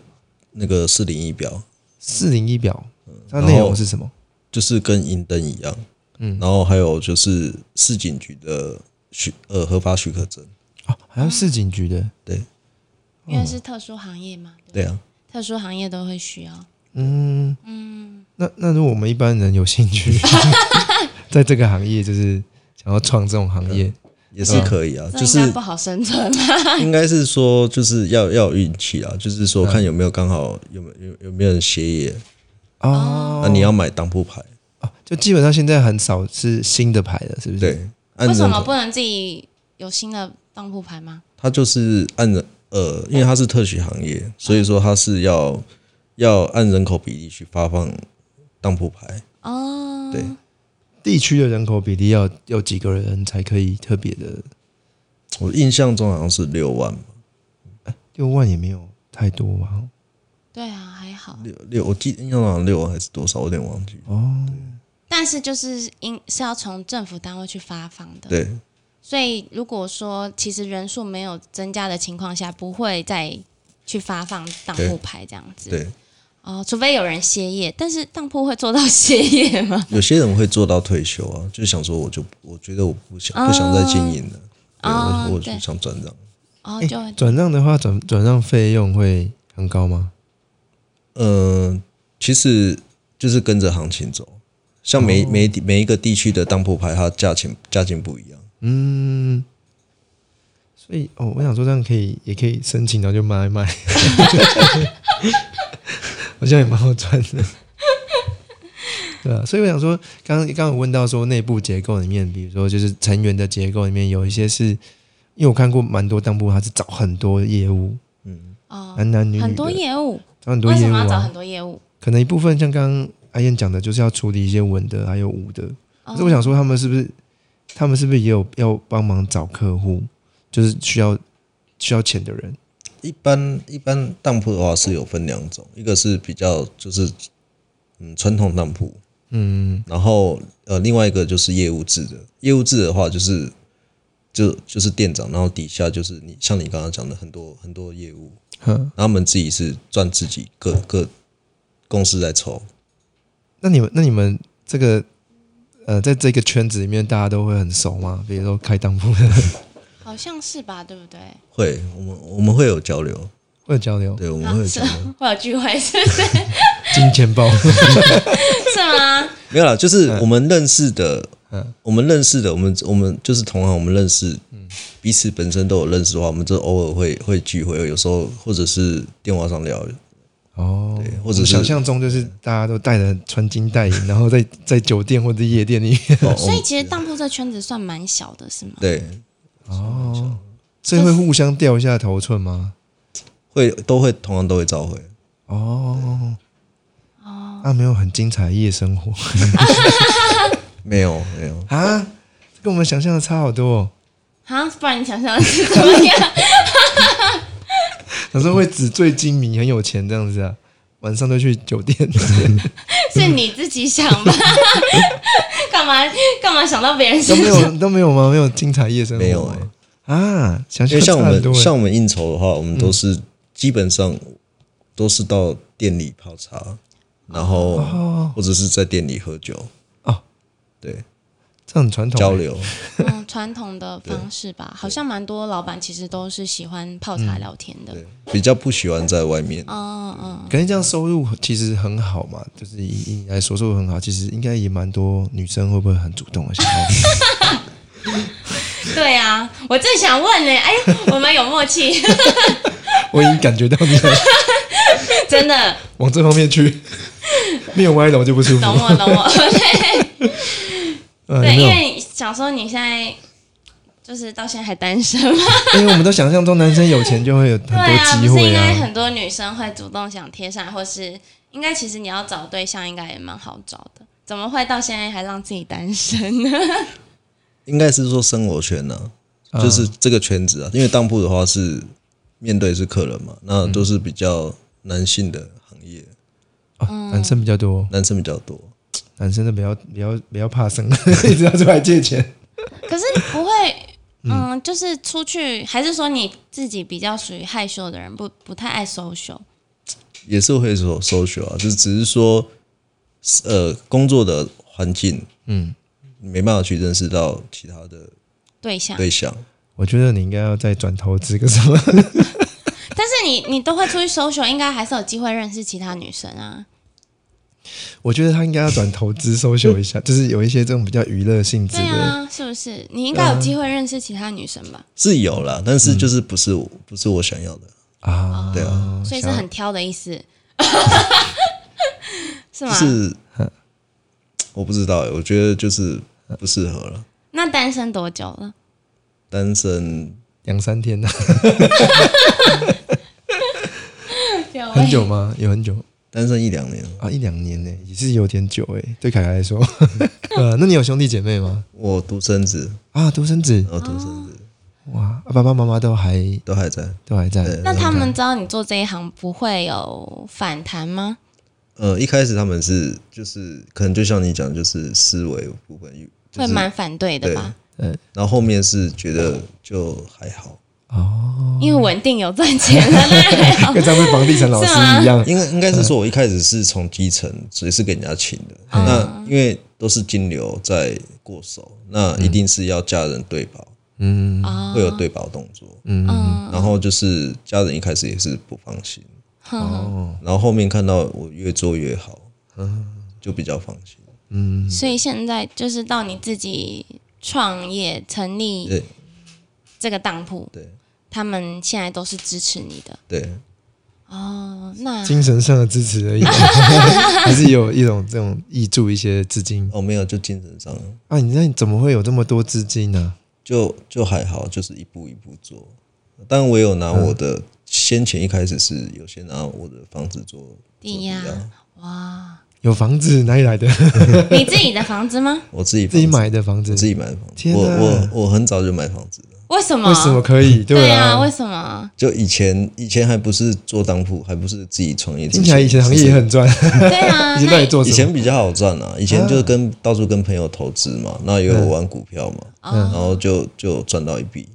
S3: 那个四零一表，
S2: 四零一表，它
S3: 嗯然后
S2: 内容是什么？
S3: 就是跟银灯一样，
S2: 嗯
S3: 嗯，然后还有就是市警局的许呃合法许可证，
S2: 哦，还要市警局的，
S1: 因
S2: 嗯
S1: 为是特殊行业嘛，
S3: 对啊，
S1: 特殊行业都会需要。
S2: 嗯嗯。那那如果我们一般人有兴趣，在这个行业就是想要创这种行业，
S3: 也是可以啊，
S1: 这
S3: 就
S1: 应该
S3: 是
S1: 不好生存吧？
S3: 应该是说就是要要有运气啊，就是说
S2: 嗯
S3: 看有没有刚好有没有有有没有人协业，
S2: 哦，
S3: 那你要买当铺牌，
S2: 哦，就基本上现在很少是新的牌了，是不是？
S3: 对，
S1: <laughs>
S3: 按
S1: 为什
S3: 人
S1: 么
S3: 头，
S1: 不能自己有新的当铺牌吗？
S3: 它就是按人呃，因为它是特许行业，所以说它是要要按人口比例去发放当铺牌，
S1: 哦，
S3: 对，
S2: 地区的人口比例要要几个人才可以特别的？
S3: 我印象中好像是六万吧，
S2: 六万也没有太多吧？
S1: 对啊，还好。
S3: 六六，我记得印象中好像六万还是多少，我有点忘记。
S2: 哦，
S1: 但是就是应是要从政府单位去发放的，
S3: 对，
S1: 所以如果说其实人数没有增加的情况下，不会再去发放当铺牌这样子。
S3: 对，
S1: 哦，除非有人歇业，但是当铺会做到歇业吗？
S3: 有些人会做到退休啊，就想说我就我觉得我不想、
S1: 哦
S3: 不想再经营了，对
S1: 哦
S3: 我我
S1: 对
S3: 就想转让。
S1: 哦，
S2: 诶
S1: 就会
S2: 转让的话，转转让费用会很高吗？
S3: 嗯、其实就是跟着行情走，像
S1: 哦
S3: 每、每地每一个地区的当铺牌，它价钱价钱不一样。
S2: 嗯，所以哦，我想说这样可以，也可以申请，然后就卖一卖， <laughs> 好像也蛮好赚的。 <laughs> 对啊，所以我想说，刚刚刚有问到说内部结构里面，比如说就是成员的结构里面有一些是，因为我看过蛮多当铺，它是找很多业务，
S1: 哦，
S2: 男男女女的
S1: 很多业务，
S2: 找很多
S1: 为
S2: 业
S1: 什
S2: 务
S1: 么要找
S2: 啊
S1: 很，多业务？
S2: 可能一部分像刚刚阿燕讲的，就是要处理一些文的还有武的，可是我
S1: 哦
S2: 想说，他们是不是他们是不是也有要帮忙找客户，就是需要需要钱的人？
S3: 一般一般当铺的话是有分两种，一个是比较就是嗯传统当铺，
S2: 嗯，
S3: 然后呃，另外一个就是业务制的，业务制的话就是就就是店长，然后底下就是你像你刚刚讲的很多很多业务，
S2: 哼，
S3: 然后他们自己是赚自己各各公司在抽，
S2: 那你们那你们这个呃，在这个圈子里面，大家都会很熟吗？比如说开当
S3: <laughs>
S2: 铺的人
S1: 好像是吧，对不对？
S3: 会我们我们会有交流，
S2: 会有交流，
S3: 对，我们会有
S1: 是
S3: 交流，
S1: 会有聚 <laughs> 会，是不是？
S2: 金钱
S3: <laughs>
S2: 包，
S1: 是吗？
S3: 没有啦，就是我们认识的，
S2: 嗯
S3: 我们认识的，我们我们就是同行，我们认识，彼此本身都有认识的话，我们就偶尔会会聚会，有时候或者是电话上聊，
S2: 哦，
S3: 对，或者是
S2: 想象中就是大家都戴着穿金戴银，然后在在酒店或者夜店里
S3: <laughs>
S2: 面，
S3: 哦
S1: 所以其实当铺这圈子算蛮小的，是吗？
S3: 对，
S2: 哦，所以会互相掉一下头寸吗？
S3: 会都会同样都会召回。
S2: 哦，那哦啊没有很精彩的夜生活
S3: 没有没有，
S2: 啊，跟我们想象的差好多、哦。
S1: 啊，不然你想象的是怎么 <laughs> 样？
S2: 有时候会纸醉金迷，很有钱这样子啊，晚上都去酒
S3: <laughs>
S2: 店。
S1: 是你自己想 <laughs> 吧？干嘛干嘛想到别人
S2: 都没
S1: 身
S2: <laughs>
S1: 上？
S2: 有都没有吗？没有精彩夜生活吗
S3: 没有欸
S2: 啊，想想
S3: 因为像我
S2: 差很多嗯
S3: 们
S2: 欸
S3: 像我们应酬的话，我们都是、基本上都是到店里泡茶，然后、
S2: 哦
S3: 或者是在店里喝酒，
S2: 哦，
S3: 对，
S2: 这很传统欸
S3: 交流。
S1: <laughs> 嗯，传统的方式吧，好像蛮多老板其实都是喜欢泡茶聊天的。
S3: 对，比较不喜欢在外面。
S1: 嗯嗯，
S2: 可是这样收入其实很好嘛，就是以以你来说收入很好，其实应该也蛮多女生会不会很主动的想要？
S1: 对啊，我正想问呢、哎，我们有默 <laughs> 契，
S2: <laughs> 我已经感觉到你了
S1: 真的，
S2: 往这方面 <laughs> 去，没有歪楼就不舒服。
S1: 懂我懂 <laughs> 我。
S2: 嗯
S1: 对，
S2: 有没
S1: 因
S2: 有
S1: 为想说你现在就是到现在还单身嘛，
S2: 因为我们都想象中男生有钱就会有很
S1: 对啊，
S2: 多机
S1: 不是应
S2: 会
S1: 该
S2: 啊，
S1: 很多女生会主动想贴上，或是应该其实你要找对象应该也蛮好找的，怎么会到现在还让自己单身呢？
S3: 应该是说生活圈呢、
S2: 嗯
S3: 就是这个圈子啊，因为当铺的话是面对是客人嘛，
S2: 嗯
S3: 那都是比较男性的行业，
S1: 嗯
S2: 哦男生比较多，
S3: 男生比较多。
S2: 男生都比较比较比较怕生， <laughs> 一直要出来借钱。
S1: <laughs> 可是你不会。嗯，就是出去，还是说你自己比较属于害羞的人，不不太爱 social。
S3: 也是会搜搜寻啊，就只是说，呃，工作的环境，
S2: 嗯，
S3: 没办法去认识到其他的
S1: 对象，
S3: 对象。
S2: 我觉得你应该要再转投资个什么。
S1: 但是你你都会出去 social，应该还是有机会认识其他女生啊。
S2: 我觉得他应该要转投资搜寻一下，就是有一些这种比较娱乐性质
S1: 对
S2: 的。
S1: 啊，是不是？你应该有机会认识其他女生吧？
S2: 嗯
S3: 是有啦，但是就是不是我、不是我想要的，
S2: 啊，
S3: 对啊，
S1: 所以是很挑的意
S2: <laughs>
S1: 思，是吗
S3: 就？是我不知道、欸，我觉得就是不适合了。
S1: 那单身多久了？
S3: 单身
S2: 两三天啊呢、
S1: 有
S2: 很久吗？有很久
S3: 单身一两年，
S2: 啊，一两年呢、也是有点久哎、对凯凯来说， <laughs> 呃，那你有兄弟姐妹吗？
S3: 我独生子，
S2: 啊，独生子
S3: 然后独生
S1: 哦
S3: 子
S2: 哇、啊爸爸妈妈都还
S3: 都还在。
S2: 都还在。
S1: 那他们知道你做这一行不会有反弹吗？
S3: 呃，一开始他们是就是可能就像你讲，就是思维部分，就
S1: 会
S3: 是
S1: 蛮反对的吧？
S3: 然后后面是觉得就还好，
S2: 哦，
S1: 因为稳定有赚钱哦了，那还
S2: <laughs>
S1: 好
S2: 跟咱们房地产老师一样，
S3: 应该应该是说，我一开始是从基层，所以是给人家请的。
S2: 嗯
S3: 那因为都是金流在过手，那一定是要家人对保，
S2: 嗯
S1: 哦
S3: 会有对保动作。
S2: 嗯
S1: 嗯，
S3: 然后就是家人一开始也是不放心，
S1: 哼
S2: 哦
S3: 然后后面看到我越做越好，就比较放心。
S2: 嗯，
S1: 所以现在就是到你自己创业成立
S3: 对
S1: 这个当铺，
S3: 对
S1: 他们现在都是支持你的
S3: 对，
S1: 哦。那
S2: 精神上的支持而已，还是有一种这种挹注一些资金
S3: 哦没有，就精神上
S2: 啊？你那你怎么会有这么多资金呢、
S3: 就就还好，就是一步一步做。当然我有拿
S2: 嗯
S3: 我的，先前一开始是有先拿我的房子做做
S1: 抵押哇，
S2: 有房子哪里来的？
S1: 你自己的房子
S2: <laughs>
S1: 吗？
S3: 我自己
S2: 自己
S3: 房子
S2: 买的房子
S3: 我，自己买的房子，
S2: 天
S3: 我
S2: 哪
S3: 我我很早就买房子了，
S1: 为什么？
S2: 为什么可以？
S1: 对啊，
S2: 啊，
S1: 为什么？
S3: 就以前以前还不是做当铺，还不是自己创业之，
S2: 听起来以前行业也很赚， <laughs>
S1: 对啊，
S2: 以前到
S1: 那
S2: 底做什
S3: 以
S2: 么？嗯
S3: 前比较好赚啊，以前就是跟到处跟朋友投资嘛，那也有玩股票嘛，
S2: 嗯
S3: 然后就就赚到一笔。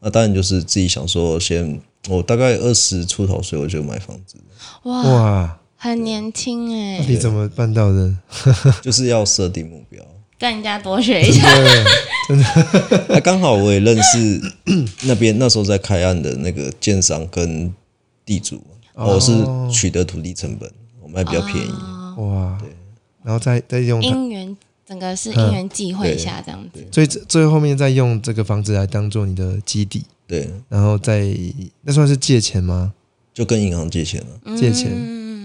S3: 那当然就是自己想说先，我大概二十出头岁我就买房子，
S1: 哇，
S2: 哇，嗯
S1: 很年轻哎、
S2: 你怎么办到的？
S3: 就是要设定目标。
S1: 跟人家多学一下。
S2: 对，
S3: <laughs> 那啊刚好我也认识那边那时候在开案的那个建商跟地主，
S2: 哦
S3: 我是取得土地成本，我卖比较便宜。
S2: 啊哇，然后再再用它，
S1: 因缘，整个
S2: 嗯
S1: 是因缘际会一下这样子。
S2: 所以最最后面再用这个房子来当做你的基底，
S3: 对，
S2: 然后再那算是借钱吗？
S3: 就跟银行借钱了。啊
S2: 借钱，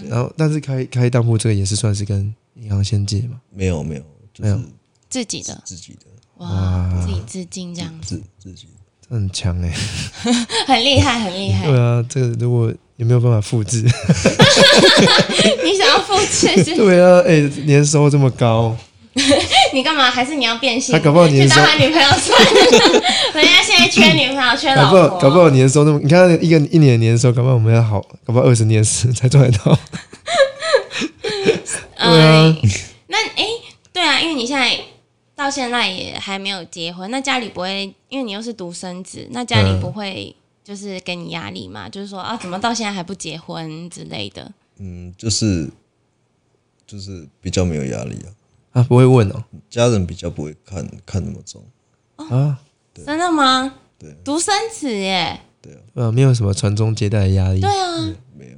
S2: 然后但是开开当铺这个也是算是跟银行先借嘛，
S3: 没有没有，就
S2: 没有
S3: 是
S1: 自己的
S3: 自己的
S1: 哇，
S2: 啊
S1: 自己自尽这样子，
S3: 自自己的。
S2: 这很强哎、
S1: 很厉害，很厉害。
S2: 对啊，这个如果也没有办法复制，
S1: 你想要复制是？
S2: 对啊，哎、年收这么高，
S1: 你干嘛？还是你要变性？
S2: 他搞不好
S1: 去
S2: 年收
S1: 当他女朋友算了。人家现在缺女朋友，缺
S2: 搞
S1: 老
S2: 不
S1: 婆。
S2: 好搞不好年收那么，你看他一个一年的年收，搞不好我们要好，搞不好二十年时才赚得到。对
S1: 嗯，
S2: 啊
S1: 那哎、对啊，因为你现在到现在也还没有结婚，那家里不会，因为你又是独生子，那家里
S2: 嗯
S1: 不会就是给你压力嘛？就是说啊，怎么到现在还不结婚之类的？
S3: 嗯，就是就是比较没有压力啊，
S2: 啊，不会问哦，
S3: 家人比较不会看看那么重，
S2: 啊，
S1: 真的吗？
S3: 对
S1: 独生子耶，
S2: 呃、没有什么传宗接代的压力
S1: 对啊，
S3: 没有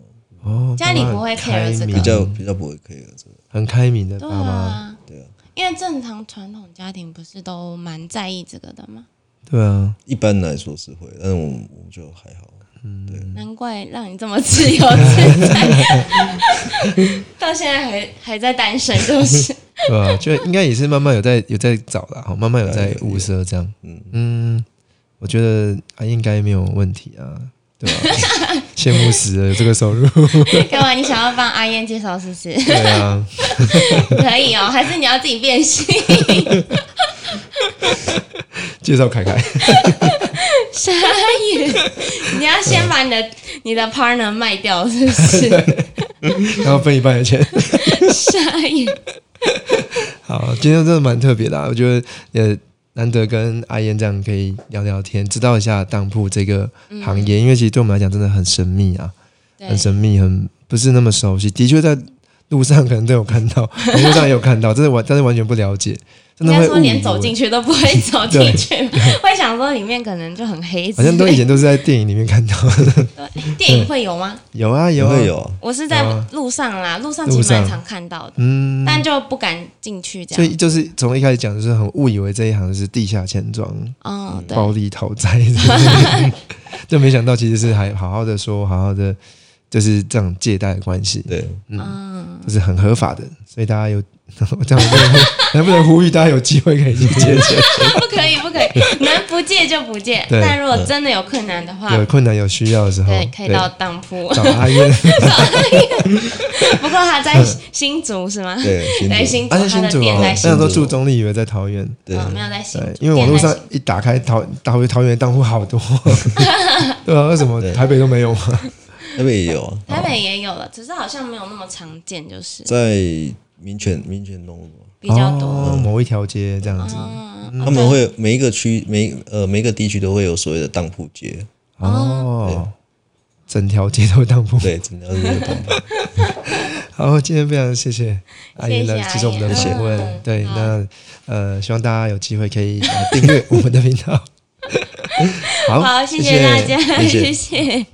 S2: 哦，
S1: 家里
S2: 爸妈
S1: 不会
S2: 很开
S1: care 这个
S2: 明
S3: 比较比较不会 care 这个，
S2: 很开明的
S1: 对
S2: 爸妈，
S1: 啊，
S3: 对啊，
S1: 因为正常传统家庭不是都蛮在意这个的吗？
S2: 对啊，
S3: 一般来说是会，但是我们我们就还好，啊
S1: 难怪让你这么自由自在， <laughs> 到现在还还在单身，是不是？
S2: 对啊，就应该也是慢慢有在有在找啦，哈，慢慢有在物色这样。嗯
S3: 嗯
S2: 我觉得啊应该没有问题啊，对吧、羡慕死了有这个收入，
S1: 干嘛？你想要帮阿燕介绍是不是？
S2: 对啊，
S1: <laughs> 可以哦，还是你要自己变性？ <laughs>
S2: 介绍
S1: <laughs>
S2: 凯凯，
S1: 傻眼！你要先把你的你的 partner 卖掉，是不是？
S2: 然后分一半的钱。
S1: 傻眼！
S2: 好，今天真的蛮特别的、啊，我觉得也难得跟阿燕这样可以聊聊天，知道一下当铺这个行
S1: 嗯
S2: 业，因为其实对我们来讲真的很神秘啊，
S1: 对
S2: 很神秘，很不是那么熟悉。的确在路上可能都有看
S1: <laughs>
S2: 到，网络上也有看到，真的完但是完全不了解，
S1: 应
S2: 真的
S1: 该
S2: 会
S1: 说
S2: 误
S1: 连
S2: 以
S1: 走
S2: 为
S1: 进去都不会走进去，会想说里面可能就很黑之
S2: 好
S1: 类的。
S2: 像都以前都是在电影里面看
S3: <laughs>
S2: 到的。
S1: 对电影会有吗？
S2: 有啊，有
S3: 也
S2: 啊，
S3: 会。有啊，
S1: 我是在
S2: 有啊
S1: 路上啦，路上其实
S2: 路
S1: 蛮
S2: 上
S1: 常看到的，
S2: 嗯，
S1: 但就不敢进去这
S2: 所
S1: 样。
S2: 以就是从一开始讲，就是很误以为这一行是地下钱庄、
S1: 嗯，对，
S2: 暴力讨债之类的， <laughs> 就没想到其实是还好好的说，好好的就是这样借贷的关系，
S3: 对，
S1: 嗯，
S2: 就是很合法的。所以大家有 <laughs> 我这样不能能不能呼吁大家有机会可以去借
S1: <laughs>
S2: 钱？
S1: <laughs> 不可以，不可
S2: <laughs>
S1: 以，能不借就不借。
S2: 对
S1: 但如果真的有困难的话，
S2: 有困难有需要的时候，
S1: 对，可以到当铺
S2: 对。找阿燕。
S1: <laughs> 不过他在新竹是吗？
S3: 对
S2: <laughs>
S3: 新竹
S1: 在新竹，他
S2: 啊，在嗯新
S1: 的
S2: 竹
S1: 店
S2: 哦，
S1: 在
S2: 那
S1: 新
S2: 时
S1: 竹，
S2: 候住中立，以为在桃园。
S3: 对
S1: 哦没有在新
S2: 对
S1: 竹，，
S2: 因为网络上哦
S1: 店在新
S2: 一打开桃打回桃园当铺好多， <laughs> 对啊，为什么
S3: 对
S2: 台北都没有啊吗？
S3: 那边也有啊，
S1: 台北也有了，只是好像没有那么常见，就是
S3: 在民权民权东路啊，
S1: 比较多。
S2: 哦、某一条街这样子。
S1: 嗯，
S3: 他们会每一个区每呃每一个地区都会有所谓的当铺街，
S2: 哦，整条街都当铺。
S3: 对，整条街都当铺。
S2: 好，今天非常谢谢阿姨
S1: 谢
S2: 来
S1: 谢
S2: 接受我们的
S1: 阿姨
S2: 访问。
S1: 嗯
S2: 对，
S1: 好
S2: 那呃，希望大家有机会可以 <laughs> 呃订阅我们的频道。好，
S1: 好，谢谢大家，
S3: 谢
S1: <laughs>
S3: 谢
S1: 谢谢